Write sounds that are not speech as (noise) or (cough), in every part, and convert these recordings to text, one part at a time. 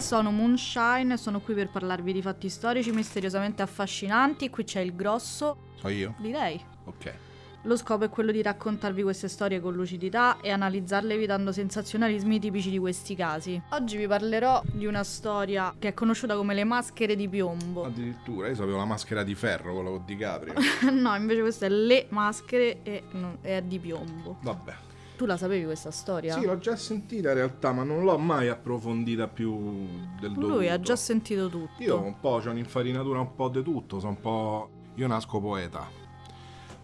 sono Moonshine e sono qui per parlarvi di fatti storici misteriosamente affascinanti. Qui c'è il grosso So io? di lei. Ok. Lo scopo è quello di raccontarvi queste storie con lucidità e analizzarle evitando sensazionalismi tipici di questi casi. Oggi vi parlerò di una storia che è conosciuta come le maschere di piombo. (laughs) Addirittura, io sapevo la maschera di ferro, quella con (laughs) DiCaprio. no, invece questa è le maschere e no, è di piombo. Vabbè. Tu la sapevi questa storia? Sì, l'ho già sentita in realtà, ma non l'ho mai approfondita più del dovuto. Lui ha già sentito tutto. Io un po' ho un'infarinatura un po' di tutto, sono un po'... Io nasco poeta.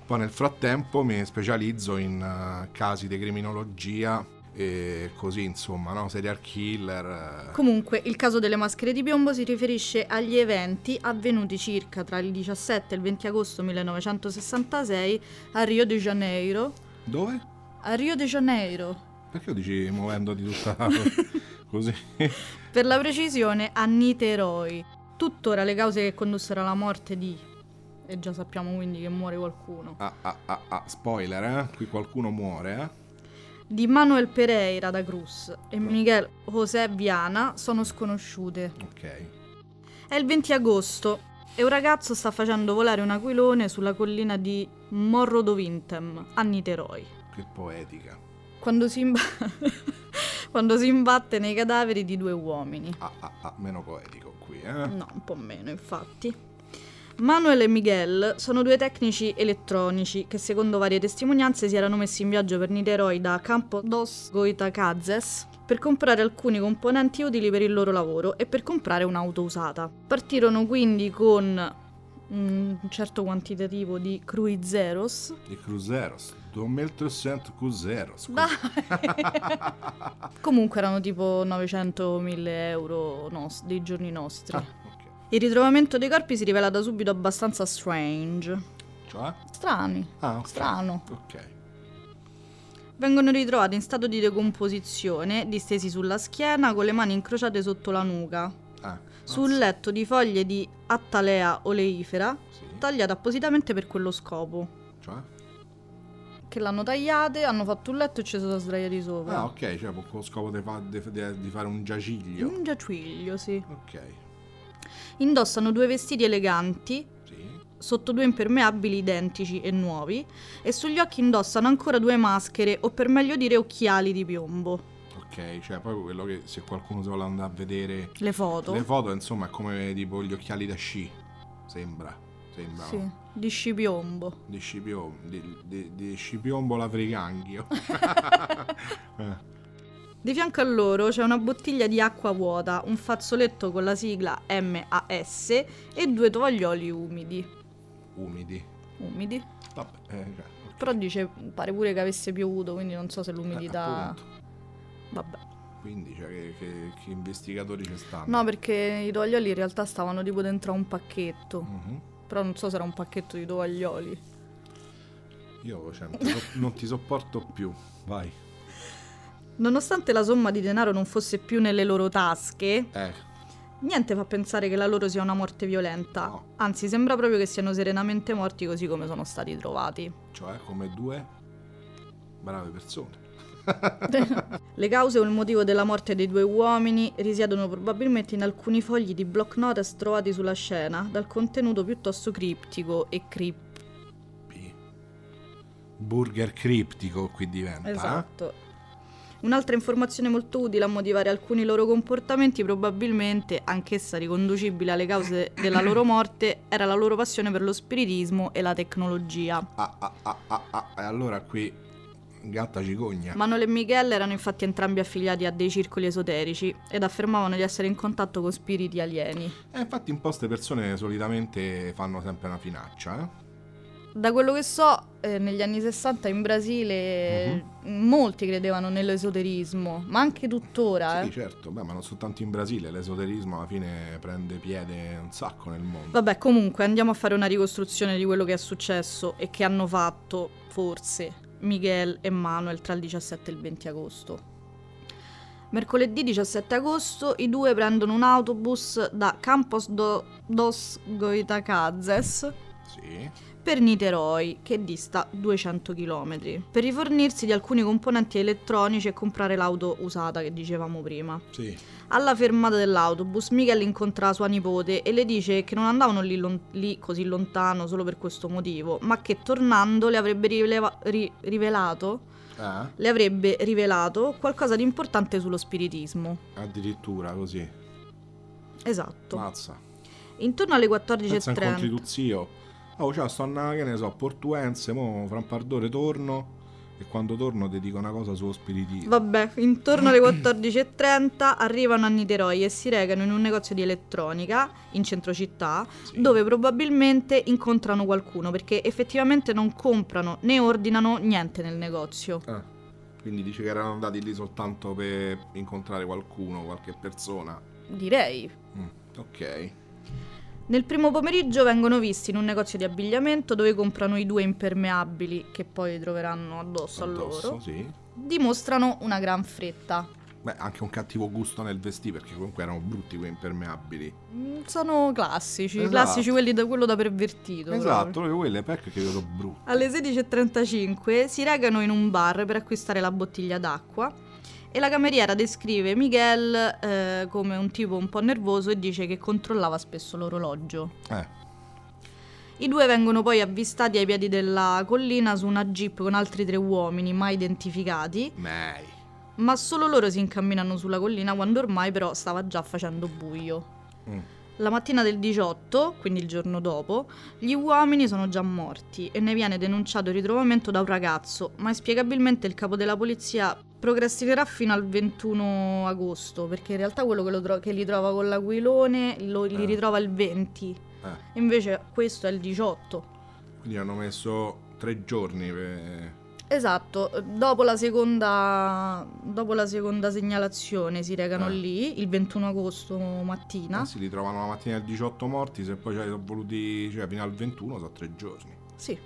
Poi nel frattempo mi specializzo in eh, casi di criminologia e così, insomma, no? Serial killer. eh. Comunque, il caso delle maschere di piombo si riferisce agli eventi avvenuti circa tra il 17 e il 20 agosto 1966 a Rio de Janeiro. Dove? A Rio de Janeiro. Perché lo dici muovendoti (laughs) tutta così? Per la precisione a Niteroi. Tuttora le cause che condussero alla morte di... E già sappiamo quindi che muore qualcuno. Ah, ah, ah, ah, spoiler, eh? Qui qualcuno muore, eh? Di Manuel Pereira da Cruz e Miguel José Viana sono sconosciute. Ok. È il 20 agosto e un ragazzo sta facendo volare un aquilone sulla collina di Morro do Vintem, a Niteroi. Che poetica. Quando si, imba- (laughs) quando si imbatte nei cadaveri di due uomini. Ah, ah, ah, meno poetico qui, eh? No, un po' meno, infatti. Manuel e Miguel sono due tecnici elettronici che secondo varie testimonianze si erano messi in viaggio per Niteroi da Campo dos Goitacazes per comprare alcuni componenti utili per il loro lavoro e per comprare un'auto usata. Partirono quindi con un certo quantitativo di cruiseros. I Cruzeros. 2300 Cruzeros. Dai! (laughs) Comunque erano tipo 900.000 euro nos- dei giorni nostri. Ah, ok. Il ritrovamento dei corpi si rivela da subito abbastanza strange. Cioè? Strani. Ah, ok. Strano. Ok. Vengono ritrovati in stato di decomposizione, distesi sulla schiena, con le mani incrociate sotto la nuca, Ah, sul letto di foglie di attalea oleifera, mazza. Sì. tagliate appositamente per quello scopo. Cioè? Che l'hanno tagliate, hanno fatto un letto e ci sono sdraiati sopra. Ah, ok, cioè con lo scopo di, fa- di- di- di fare un giaciglio. Un giaciglio, sì. Ok. Indossano due vestiti eleganti, Sì. sotto due impermeabili identici e nuovi, e sugli occhi indossano ancora due maschere, o per meglio dire occhiali di piombo. Ok, cioè proprio quello che se qualcuno se vuole andare a vedere Le foto. le foto, insomma, è come tipo gli occhiali da sci. Sembra. Sembra. Sì, di scipiombo. Di Scipiombo, di, di, di Scipiombo (laughs) la friganghio. Eh, Di fianco a loro c'è una bottiglia di acqua vuota, un fazzoletto con la sigla MAS e due tovaglioli umidi. Umidi. Umidi? Vabbè, eh, cioè, Però dice, pare pure che avesse piovuto, quindi non so se eh, l'umidità... appunto. Vabbè. Quindi cioè, che, che- che investigatori ci stanno? No, perché i tovaglioli in realtà stavano tipo dentro a un pacchetto. Mhm. Però non so se era un pacchetto di tovaglioli. Io cioè, non, ti so- non ti sopporto più. Vai. Nonostante la somma di denaro non fosse più nelle loro tasche, Eh, niente fa pensare che la loro sia una morte violenta. No. Anzi, sembra proprio che siano serenamente morti così come sono stati trovati. cioè come due brave persone. Le cause o il motivo della morte dei due uomini risiedono probabilmente in alcuni fogli di block notes trovati sulla scena, dal contenuto piuttosto criptico e criptico. P. Burger criptico qui diventa. eh? Esatto. Un'altra informazione molto utile a motivare alcuni loro comportamenti, probabilmente anch'essa riconducibile alle cause della loro morte, era la loro passione per lo spiritismo e la tecnologia. Ah, ah, ah, ah, ah, E allora qui gatta cicogna. Manuel e Miguel erano infatti entrambi affiliati a dei circoli esoterici ed affermavano di essere in contatto con spiriti alieni. Eh, infatti un po' ste persone solitamente fanno sempre una finaccia, eh? Da quello che so, eh, negli anni 60 in Brasile Mhm. molti credevano nell'esoterismo, ma anche tuttora. Sì, eh. certo, beh, ma non soltanto in Brasile, l'esoterismo alla fine prende piede un sacco nel mondo. Vabbè, comunque andiamo a fare una ricostruzione di quello che è successo e che hanno fatto, forse, Miguel e Manuel tra il 17 e il 20 agosto. Mercoledì 17 agosto i due prendono un autobus da Campos do- dos Goitacazes Sì, per Niteroi, che dista 200 km, per rifornirsi di alcuni componenti elettronici e comprare l'auto usata che dicevamo prima. Sì. Alla fermata dell'autobus, Michael incontra sua nipote e le dice che non andavano lì, lon- lì così lontano solo per questo motivo, ma che tornando le avrebbe rileva- ri- rivelato Ah, le avrebbe rivelato qualcosa di importante sullo spiritismo. addirittura così. Esatto. Mazza. Intorno alle Senza incontri 14.30. tu zio. Oh, ciao, sto a che ne so, Portuense, mo fra un par d'ore torno e quando torno ti dico una cosa sullo spiritismo. Vabbè, intorno (laughs) alle 14.30 arrivano a Niteroi e si recano in un negozio di elettronica in centro città Sì. dove probabilmente incontrano qualcuno perché effettivamente non comprano né ordinano niente nel negozio. Ah, quindi dici che erano andati lì soltanto per incontrare qualcuno, qualche persona. Direi. Mm, ok. Nel primo pomeriggio vengono visti in un negozio di abbigliamento dove comprano i due impermeabili che poi troveranno addosso, a Addosso, loro. sì. dimostrano una gran fretta. Beh, anche un cattivo gusto nel vestire, perché comunque erano brutti quei impermeabili. Mm, Sono classici, Esatto. classici quelli da quello da pervertito. esatto, proprio. proprio quelle perché che vedo brutte. Alle 16.35 si recano in un bar per acquistare la bottiglia d'acqua e la cameriera descrive Miguel eh, come un tipo un po' nervoso e dice che controllava spesso l'orologio. Eh, I due vengono poi avvistati ai piedi della collina su una jeep con altri tre uomini mai identificati, mei. ma solo loro si incamminano sulla collina quando ormai però stava già facendo buio. Mm. La mattina del 18, quindi il giorno dopo, gli uomini sono già morti e ne viene denunciato il ritrovamento da un ragazzo, ma inspiegabilmente il capo della polizia procrastinerà fino al 21 agosto, perché in realtà quello che, lo tro- che li trova con l'aquilone lo- li Eh. ritrova il 20, Eh, invece questo è il 18. quindi hanno messo tre giorni eh, per... Esatto, dopo la seconda, dopo la seconda segnalazione si recano Eh. lì, il 21 agosto mattina. Eh, si ritrovano la mattina del 18 morti, se poi ci sono voluti, cioè fino al 21 sono tre giorni. Sì.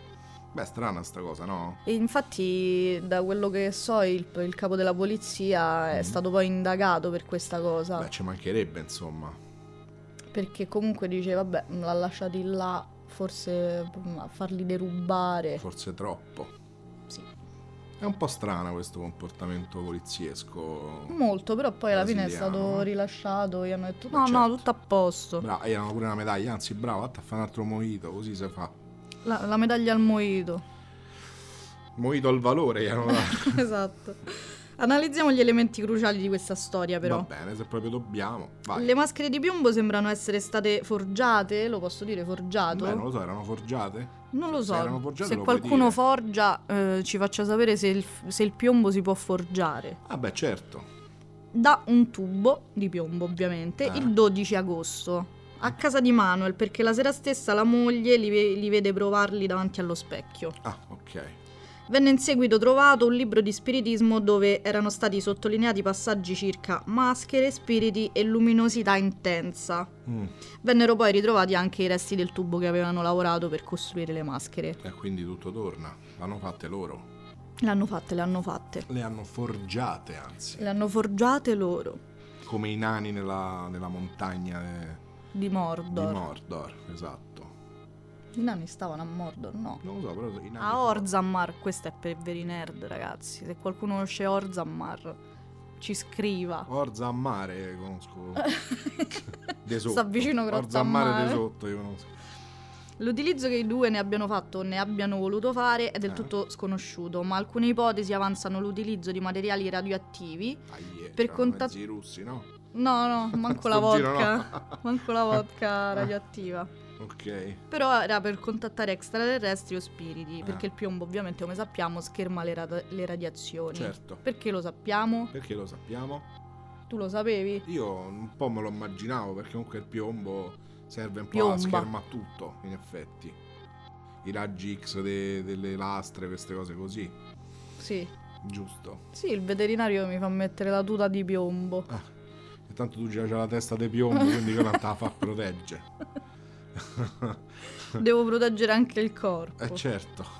Beh, strana sta cosa, no? E infatti, da quello che so, il, il capo della polizia Mhm. è stato poi indagato per questa cosa. Beh, ci mancherebbe, insomma. Perché comunque dice, vabbè, l'ha lasciati là, forse mm, a farli derubare. Forse troppo. Eh. Sì. È un po' strano questo comportamento poliziesco. Molto, però poi alla fine è Brasiliano, stato eh. rilasciato e hanno detto, Beh, no, no, certo. tutto a posto. Bravo, e erano pure una medaglia, anzi, bravo, vatta a fare un altro mojito, così si fa. La, la medaglia al moito. Mojito al valore, gli hanno (laughs) dato. esatto. Analizziamo gli elementi cruciali di questa storia, però. Va bene, se proprio dobbiamo. Vai. Le maschere di piombo sembrano essere state forgiate, lo posso dire forgiato? Beh, non lo so, erano forgiate? Non lo Se erano so, forgiate se lo puoi qualcuno dire. forgia eh, ci faccia sapere se il, se il piombo si può forgiare. Ah, beh, certo. Da un tubo di piombo ovviamente, Ah. il 12 agosto, a casa di Manuel, perché la sera stessa la moglie li, ve- li vede provarli davanti allo specchio. Ah, ok. Venne in seguito trovato un libro di spiritismo dove erano stati sottolineati passaggi circa maschere, spiriti e luminosità intensa. Mm, Vennero poi ritrovati anche i resti del tubo che avevano lavorato per costruire le maschere. E quindi tutto torna. L'hanno fatte loro. L'hanno fatte, le hanno fatte. Le hanno forgiate, anzi. Le hanno forgiate loro Come i nani nella, nella montagna eh, di Mordor. di Mordor. Esatto. I nani stavano a Mordor, no. Non lo so, però i nani... A Orzammar, questo è per veri nerd, ragazzi. Se qualcuno conosce Orzammar, ci (laughs) scriva. Orza a (laughs) mare conosco. De sotto. Sta vicino Grotta Orza a a mare de Mare. sotto io conosco. L'utilizzo che i due ne abbiano fatto o ne abbiano voluto fare è del Eh. tutto sconosciuto, ma alcune ipotesi avanzano l'utilizzo di materiali radioattivi. Aie, Per c'erano contat- mezzi russi, no? No, (laughs) no, manco la Sto giro vodka. no. (laughs) Eh. Manco la (laughs) vodka radioattiva. ok. Però era per contattare extraterrestri o spiriti, Ah. perché il piombo ovviamente, come sappiamo, scherma le, rad- le radiazioni. Certo. Perché lo sappiamo? Perché lo sappiamo? Tu lo sapevi? Io un po' me lo immaginavo perché comunque il piombo serve un po' Piomba. a scherma tutto, in effetti. I raggi X de- delle lastre, queste cose così, Sì. giusto. Sì, il veterinario mi fa mettere la tuta di (laughs) piombo. Ah, e tanto tu già c'hai la testa di piombo, quindi quella te la fa (laughs) protegge. Devo proteggere anche il corpo. Eh certo,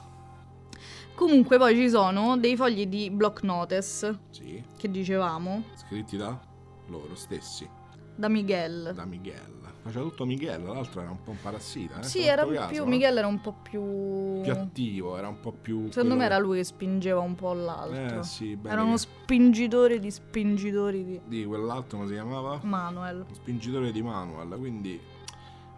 Comunque poi ci sono dei fogli di block notice sì, che dicevamo, scritti da loro stessi. da Miguel. da Miguel. Faceva tutto Miguel, l'altro era un po' un parassita. eh, sì, se era non più, caso, no? Miguel era un po' più... Più attivo, era un po' più... Secondo me era quello lui che spingeva un po' che- l'altro. Eh sì, bene era uno che- spingitore di spingitori di di quell'altro come si chiamava? Manuel. Lo spingitore di manual, quindi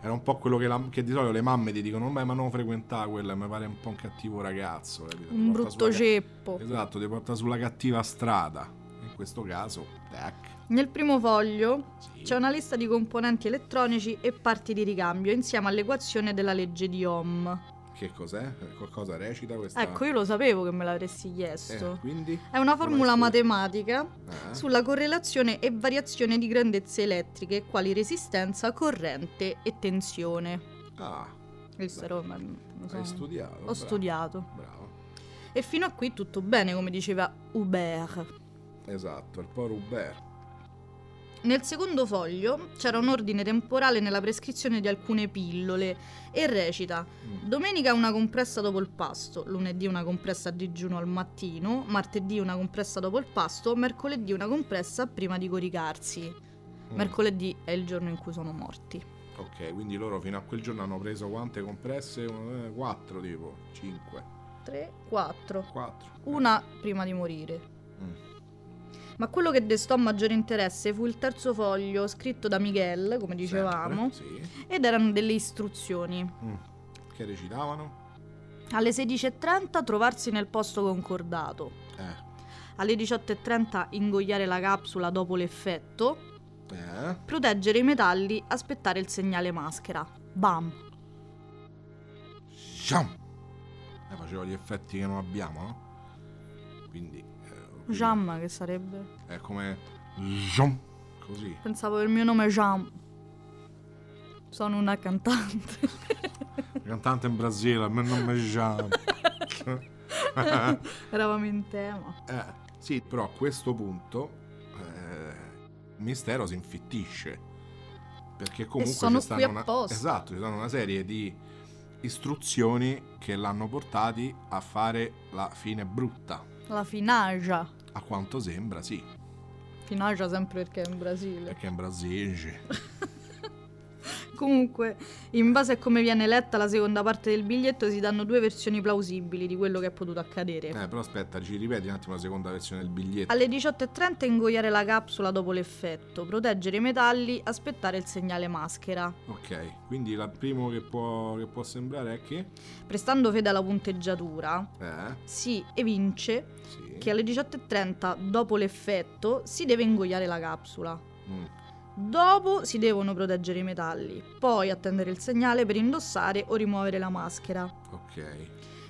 era un po' quello che, la- che di solito le mamme ti dicono, beh ma non frequentare quella, mi pare un po' un cattivo ragazzo. capito? Ti Un porta brutto sulla ceppo. ca- Esatto, ti porta sulla cattiva strada. In questo caso, tac. Nel primo foglio Sì. c'è una lista di componenti elettronici e parti di ricambio insieme all'equazione della legge di Ohm. Che cos'è? Qualcosa recita questa? Ecco, io lo sapevo che me l'avresti eh, chiesto. quindi? È una formula Come scrive? matematica Eh? sulla correlazione e variazione di grandezze elettriche, quali resistenza, corrente e tensione. Ah, Questa Beh, roba non so, hai studiato. ho bravo. studiato. Bravo. E fino a qui tutto bene, come diceva Hubert. Esatto, il po' Hubert. Nel secondo foglio c'era un ordine temporale nella prescrizione di alcune pillole e recita Mm. Domenica una compressa dopo il pasto, lunedì una compressa a digiuno al mattino, martedì una compressa dopo il pasto, mercoledì una compressa prima di coricarsi. Mm. Mercoledì è il giorno in cui sono morti. Ok, quindi loro fino a quel giorno hanno preso quante compresse? 4 tipo, 5, 3, 4. 4. Una prima di morire. Mm. Ma quello che destò maggiore interesse fu il terzo foglio scritto da Miguel, come dicevamo, Sì. ed erano delle istruzioni. Mm. Che recitavano? Alle 16.30 trovarsi nel posto concordato. Eh. Alle 18.30 ingoiare la capsula dopo l'effetto. Eh? Proteggere i metalli, aspettare il segnale maschera. Bam! Jam! Eh, facevo gli effetti che non abbiamo, no? Quindi... eh, Jam che sarebbe? È come... Jam! Così. Pensavo che il mio nome è Jam. Sono una cantante. Cantante in Brasile, a me non mi diciamo. Jam. (laughs) Eravamo in tema. Eh, sì, però a questo punto eh, il mistero si infittisce. Perché comunque sono ci stanno qui una, apposta. esatto, ci sono una serie di istruzioni che l'hanno portati a fare la fine brutta. La finaja. A quanto sembra, sì, Finaja sempre perché è in Brasile. (laughs) perché in Brasile. Comunque, in base a come viene letta la seconda parte del biglietto, si danno due versioni plausibili di quello che è potuto accadere. Eh, però aspetta, ci ripeti un attimo la seconda versione del biglietto. Alle 18.30 ingoiare la capsula dopo l'effetto, proteggere i metalli, aspettare il segnale maschera. Ok, quindi il primo che può, che può sembrare è che... Prestando fede alla punteggiatura, Eh, si evince sì. che alle 18.30 dopo l'effetto si deve ingoiare la capsula. Mm. Dopo si devono proteggere i metalli, poi attendere il segnale per indossare o rimuovere la maschera. Ok,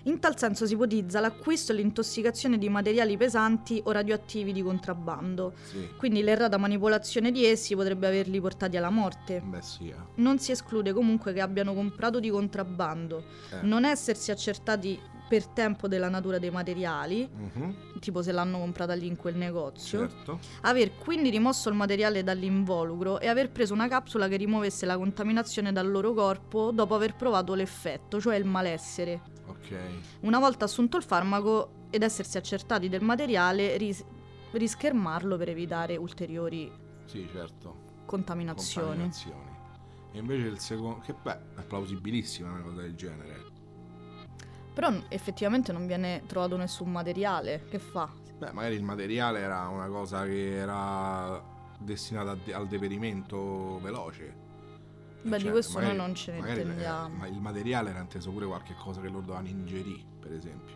In tal senso si ipotizza l'acquisto e l'intossicazione di materiali pesanti o radioattivi di contrabbando, sì. quindi l'errata manipolazione di essi potrebbe averli portati alla morte. Beh sì, eh. Non si esclude comunque che abbiano comprato di contrabbando, Eh. non essersi accertati per tempo della natura dei materiali, Mhm, tipo se l'hanno comprata lì in quel negozio, certo. aver quindi rimosso il materiale dall'involucro e aver preso una capsula che rimuovesse la contaminazione dal loro corpo dopo aver provato l'effetto, cioè il malessere. Ok. Una volta assunto il farmaco ed essersi accertati del materiale, ris- rischermarlo per evitare ulteriori Sì, certo. contaminazioni. Contaminazioni. E invece il secondo... Che beh, è plausibilissima una cosa del genere. Però n- effettivamente non viene trovato nessun materiale. Che fa? Beh, magari il materiale era una cosa che era destinata a de- al deperimento veloce. Cioè, Beh, di questo noi non ce ne magari, eh, intendiamo. Ma il materiale era inteso pure qualche cosa che loro dovevano ingerire, per esempio.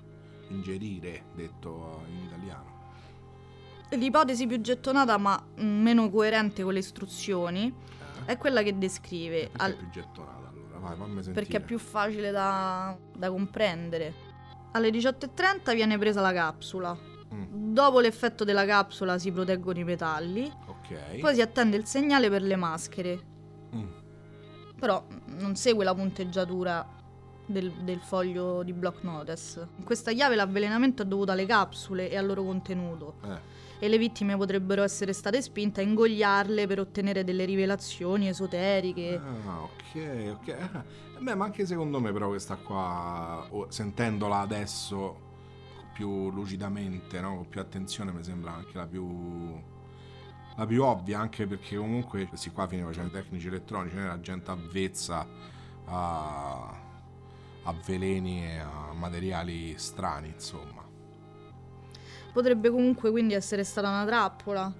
Ingerire, detto in italiano. L'ipotesi più gettonata, ma mh, meno coerente con le istruzioni, Eh? è quella che descrive. Eh, Perché al- è più gettonata allora? Vai, fammi sentire. perché è più facile da, da comprendere. Alle 18.30 viene presa la capsula. Mm, Dopo l'effetto della capsula si proteggono i metalli. ok. Poi si attende il segnale per le maschere. Mm, Però mh, non segue la punteggiatura del, del foglio di block notice. In questa chiave l'avvelenamento è dovuto alle capsule e al loro contenuto eh, e le vittime potrebbero essere state spinte a ingoiarle per ottenere delle rivelazioni esoteriche. Ah, ok, ok. Ah, Beh, ma anche secondo me però questa qua, o- sentendola adesso più lucidamente, no? con più attenzione, mi sembra anche la più la più ovvia, anche perché comunque questi qua fine facevano i tecnici elettronici, non era gente avvezza a, a veleni e a materiali strani, insomma. Potrebbe comunque quindi essere stata una trappola.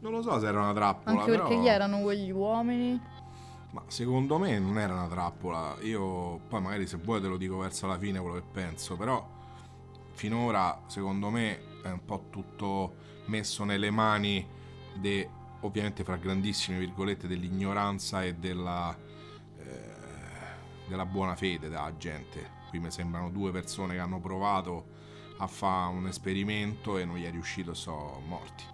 Non lo so se era una trappola. Anche perché però- chi erano quegli uomini? Ma secondo me non era una trappola. Io poi magari se vuoi te lo dico verso la fine quello che penso, però finora secondo me è un po' tutto messo nelle mani de, ovviamente fra grandissime virgolette dell'ignoranza e della eh, della buona fede della gente. Qui mi sembrano due persone che hanno provato a fare un esperimento e non gli è riuscito e sono morti.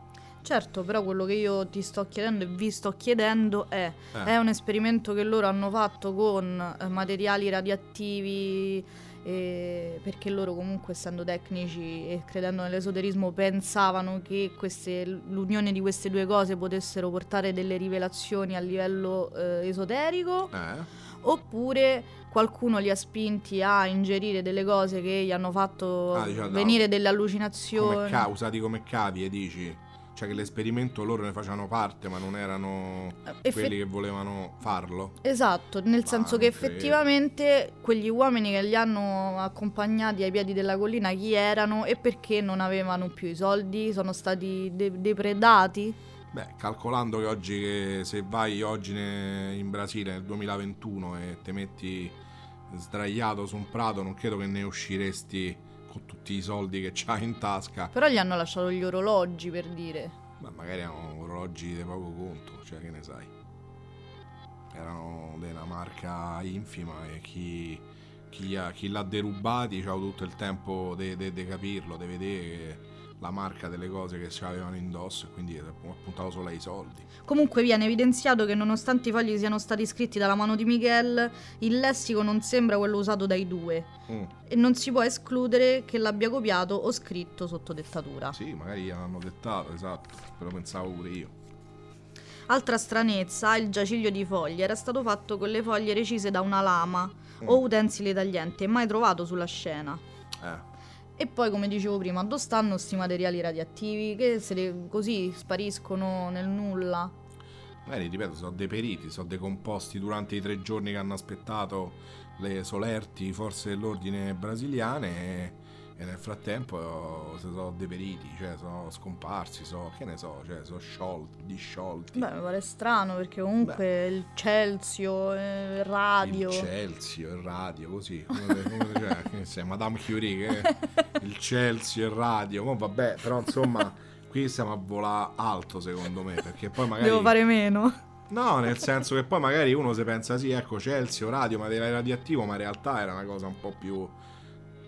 Certo, però quello che io ti sto chiedendo e vi sto chiedendo è, Eh. è un esperimento che loro hanno fatto con eh, materiali radioattivi, eh, perché loro comunque essendo tecnici e credendo nell'esoterismo pensavano che queste- l'unione di queste due cose potessero portare delle rivelazioni a livello eh, esoterico, Eh? oppure qualcuno li ha spinti a ingerire delle cose che gli hanno fatto Ah, diciamo, venire delle come allucinazioni. causa di come cavie dici cioè che l'esperimento loro ne facevano parte ma non erano Eh, effe- quelli che volevano farlo Esatto, nel Ma senso non che credo. effettivamente quegli uomini che li hanno accompagnati ai piedi della collina chi erano e perché non avevano più i soldi, sono stati de- depredati. beh calcolando che oggi che se vai oggi ne- in Brasile nel 2021 e te metti sdraiato su un prato non credo che ne usciresti con tutti i soldi che c'hai in tasca Però gli hanno lasciato gli orologi per dire. ma magari erano orologi di poco conto cioè che ne sai erano della marca infima e chi, chi, ha- chi l'ha derubati ha avuto tutto il tempo di capirlo, di vedere la marca delle cose che si avevano indosso e quindi ha puntato solo ai soldi. Comunque viene evidenziato che nonostante i fogli siano stati scritti dalla mano di Miguel, il lessico non sembra quello usato dai due Mm. e non si può escludere che l'abbia copiato o scritto sotto dettatura. Sì, magari gliel'hanno dettato, esatto, ve lo pensavo pure io. Altra stranezza, il giaciglio di foglie era stato fatto con le foglie recise da una lama Mm. o utensili taglienti, mai trovato sulla scena. Eh, E poi, come dicevo prima, dove stanno questi materiali radioattivi che se ne- così spariscono nel nulla? magari, ripeto, sono deperiti, sono decomposti durante i tre giorni che hanno aspettato le solerti forze dell'ordine brasiliane e, e nel frattempo eh, si sono deperiti, cioè sono scomparsi, sono, che ne so, cioè sono sciolti, disciolti. Beh, mi pare strano perché comunque il Celzio, eh, il radio. Il Celsius, il radio, così. Come, come- cioè, che sei, Madame (laughs) Curie, che il Celsius, il radio. mo vabbè, però insomma, qui stiamo a volare alto secondo me, perché poi magari... Devo fare meno. No, nel senso che poi magari uno si pensa, sì, ecco, Celsius, radio, materiale radioattivo, ma in realtà era una cosa un po' più...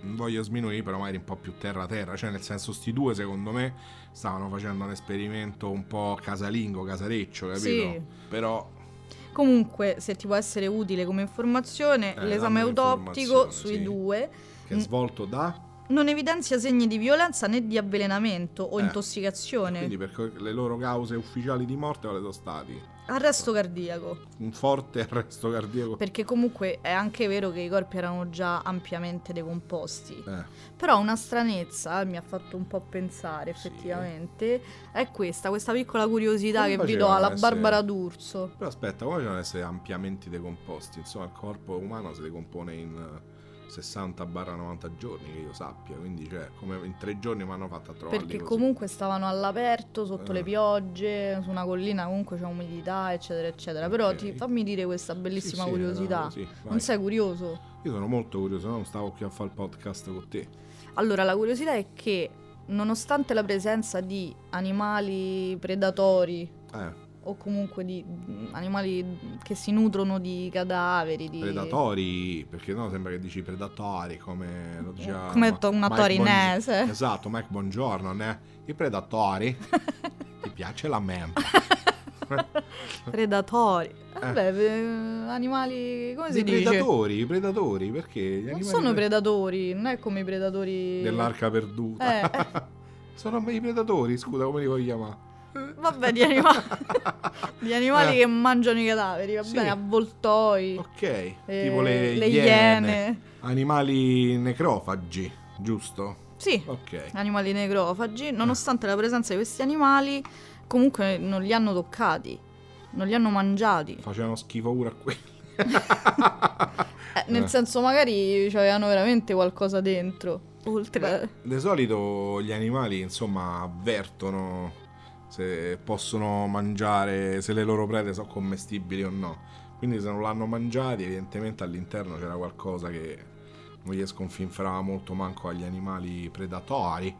Non voglio sminuire, però magari un po' più terra-terra. Cioè, nel senso, sti due, secondo me, stavano facendo un esperimento un po' casalingo, casareccio, capito? Sì. Però... Comunque, se ti può essere utile come informazione, Eh, l'esame dammi autoptico l'informazione, sui sì. due Che è Mm. svolto da... non evidenzia segni di violenza né di avvelenamento o Eh. intossicazione. Quindi per co- le loro cause ufficiali di morte quali sono stati? Arresto cardiaco, Un forte arresto cardiaco. perché comunque è anche vero che i corpi erano già ampiamente decomposti. Eh, Però una stranezza eh, mi ha fatto un po' pensare effettivamente, è questa, questa piccola curiosità Come che vi do facevano alla ad essere- Barbara D'Urso. Però aspetta, come devono essere ampiamente decomposti? Insomma, il corpo umano si decompone in eh, 60-90 giorni, che io sappia. Quindi, cioè, come in tre giorni mi hanno fatto a trovarli Perché così. comunque stavano all'aperto, sotto le Eh. piogge, su una collina comunque c'è umidità, eccetera, eccetera. Però Ok. ti, fammi dire questa bellissima Sì, sì, curiosità. era così, vai. non sei curioso? Io sono molto curioso, no? non stavo qui a fare il podcast con te. Allora, la curiosità è che nonostante la presenza di animali predatori Eh, o comunque di mm, animali che si nutrono di cadaveri, di predatori, perché no? Sembra che dici predatori come lo diceva Eh, come Ma- to- una Mike Bongi- torinese. Esatto, Mike, buongiorno, né? (laughs) I predatori. Ti piace la menta? (laughs) predatori. Vabbè, eh, animali come si I dice? predatori, i predatori, perché gli Non animali sono pre- predatori, non è come i predatori dell'arca perduta. Eh, sono i predatori, scusa, come li voglio chiamare? eh, Vabbè, di animali, (laughs) di animali Eh. che mangiano i cadaveri, va Sì. bene, avvoltoi, (laughs) Ok, eh, tipo le, le iene, iene. animali necrofagi, giusto? Sì, Ok. Eh. animali necrofagi, nonostante la presenza di questi animali, comunque non li hanno toccati, non li hanno mangiati. Facevano schifo pure a quelli. (laughs) Eh, nel Eh. senso, magari avevano veramente qualcosa dentro. (laughs) Oltre. Di solito gli animali, insomma, avvertono se possono mangiare, se le loro prede sono commestibili o no. Quindi se non l'hanno mangiati, evidentemente all'interno c'era qualcosa che non gli sconfinferava molto manco agli animali predatori.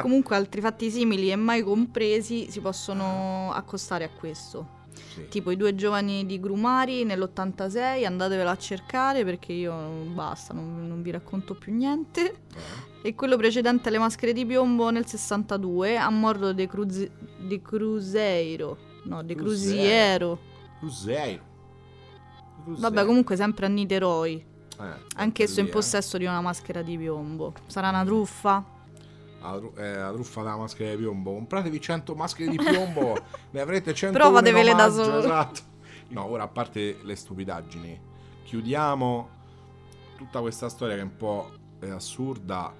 Comunque, altri fatti simili e mai compresi si possono accostare a questo. Sì. Tipo i due giovani di Grumari nell'86, andatevelo a cercare perché io basta, non- non vi racconto più niente. Eh, E quello precedente alle maschere di piombo nel 62 a mordo de, cruzi- de Cruzeiro. No, de Cruzeiro. Cruziero. Cruzeiro. Cruzeiro. Vabbè, comunque sempre a Niteroi. Eh, Anch'esso lì, in possesso di una maschera di piombo. Sarà una truffa? Eh. La, tru- eh, la truffa della maschera di piombo. Compratevi 100 maschere di (laughs) piombo, ne avrete 100 Provatevele da solo. Esatto. No, ora a parte le stupidaggini, chiudiamo tutta questa storia che è un po' eh, assurda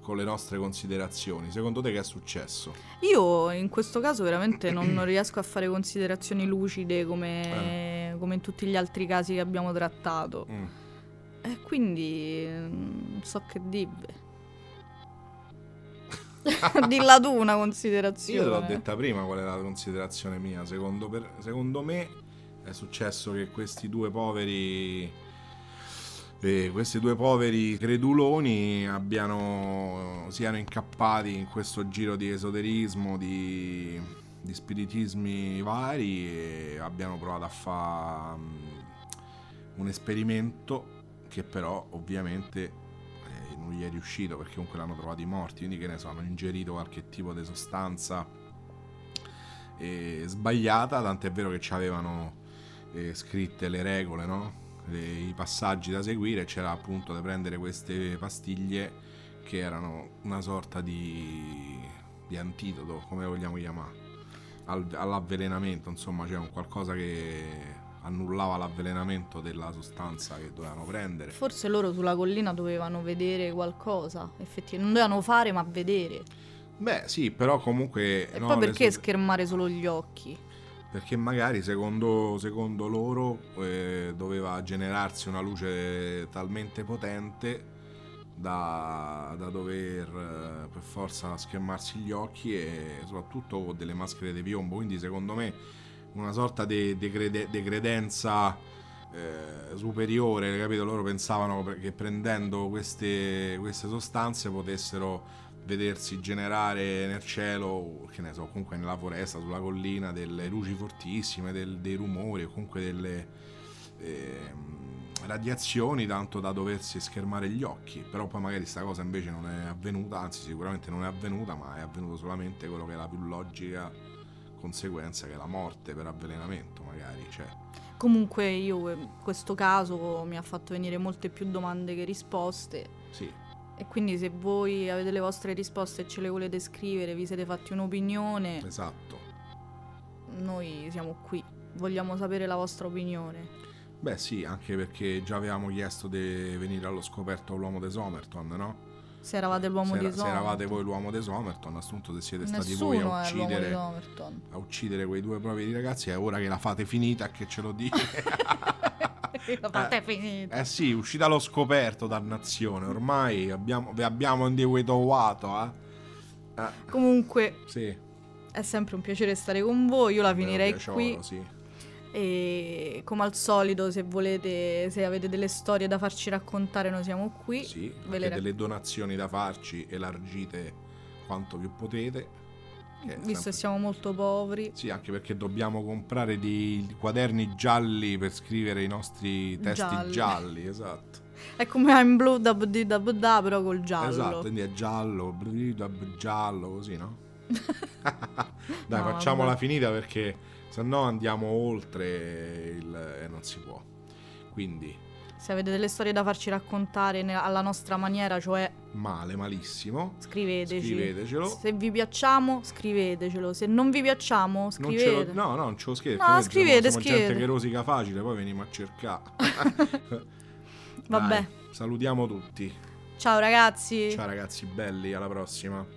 con le nostre considerazioni. Secondo te che è successo? Io in questo caso veramente non, non riesco a fare considerazioni lucide come, Eh. come in tutti gli altri casi che abbiamo trattato. Mm. E quindi eh, non so che dirvi. (laughs) (laughs) Dilla tu una considerazione. Io te l'ho detta prima qual è la considerazione mia. Secondo, per- secondo me è successo che questi due poveri. eh, questi due poveri creduloni abbiano, siano incappati in questo giro di esoterismo, di, di spiritismi vari e abbiano provato a fare un esperimento che però ovviamente eh, non gli è riuscito perché comunque l'hanno trovati morti, quindi che ne so, hanno ingerito qualche tipo di sostanza eh, sbagliata, tant'è vero che ci avevano eh, scritte le regole, no? Le- i passaggi da seguire, c'era appunto da prendere queste pastiglie che erano una sorta di, di antidoto, come lo vogliamo chiamare, al- all'avvelenamento, insomma, c'era un qualcosa che annullava l'avvelenamento della sostanza che dovevano prendere. Forse loro sulla collina dovevano vedere qualcosa, effettivamente. Non dovevano fare, ma vedere. Beh, sì, però comunque. E Eh, no, poi le perché sue- schermare solo gli occhi? Perché magari secondo, secondo loro eh, doveva generarsi una luce talmente potente da, da dover eh, per forza schermarsi gli occhi e soprattutto con delle maschere di piombo. Quindi, secondo me, una sorta di credenza eh, superiore, capito? Loro pensavano pre- che prendendo queste, queste sostanze potessero vedersi generare nel cielo, che ne so, comunque nella foresta, sulla collina, delle luci fortissime, del- dei rumori o comunque delle ehm, radiazioni, tanto da doversi schermare gli occhi. Però poi magari sta cosa invece non è avvenuta, anzi sicuramente non è avvenuta, ma è avvenuto solamente quello che è la più logica conseguenza, che è la morte per avvelenamento magari. Cioè, Comunque io eh, questo caso mi ha fatto venire molte più domande che risposte. sì, E quindi se voi avete le vostre risposte e ce le volete scrivere, vi siete fatti un'opinione, esatto. noi siamo qui. Vogliamo sapere la vostra opinione. Beh sì, anche perché già avevamo chiesto di venire allo scoperto l'uomo di Somerton, no? Se eravate l'uomo se, di era- se eravate Somerton. voi l'uomo di Somerton, assunto se siete stati voi Nessuno a è l'uomo di uccidere, (laughs) Somerton. a uccidere quei due poveri ragazzi, è ora che la fate finita (laughs) che ce lo dite. La parte è finita. eh sì, uscite allo scoperto, dannazione, ormai abbiamo, vi abbiamo indietreggiato, eh? Ah, Comunque sì. è sempre un piacere stare con voi, io la Bello finirei piacevolo, qui Sì. e come al solito se volete, se avete delle storie da farci raccontare noi siamo qui. Sì, ve le avete delle donazioni da farci, elargite quanto più potete. che è Visto sempre- che siamo molto poveri, Sì, anche perché dobbiamo comprare dei quaderni gialli per scrivere i nostri testi Gialli. gialli esatto. è come I'm blue da b- di- da b- da, però col giallo. Esatto, quindi è giallo, blub, giallo, (laughs) così, no? Dai, No, facciamola vabbè. finita perché se no andiamo oltre il... e non si può. Quindi, Se avete delle storie da farci raccontare ne- alla nostra maniera, cioè male, malissimo. scriveteci. Scrivetecelo. Se vi piacciamo, scrivetecelo. Se non vi piacciamo, Non scrivete. ce lo, no, no, non ce lo scrivete. No, noi siamo- scrivete, siamo gente scrivete. che rosica facile, poi veniamo a (laughs) cercare. Vabbè. Dai, salutiamo tutti. Ciao ragazzi. Ciao ragazzi belli, alla prossima.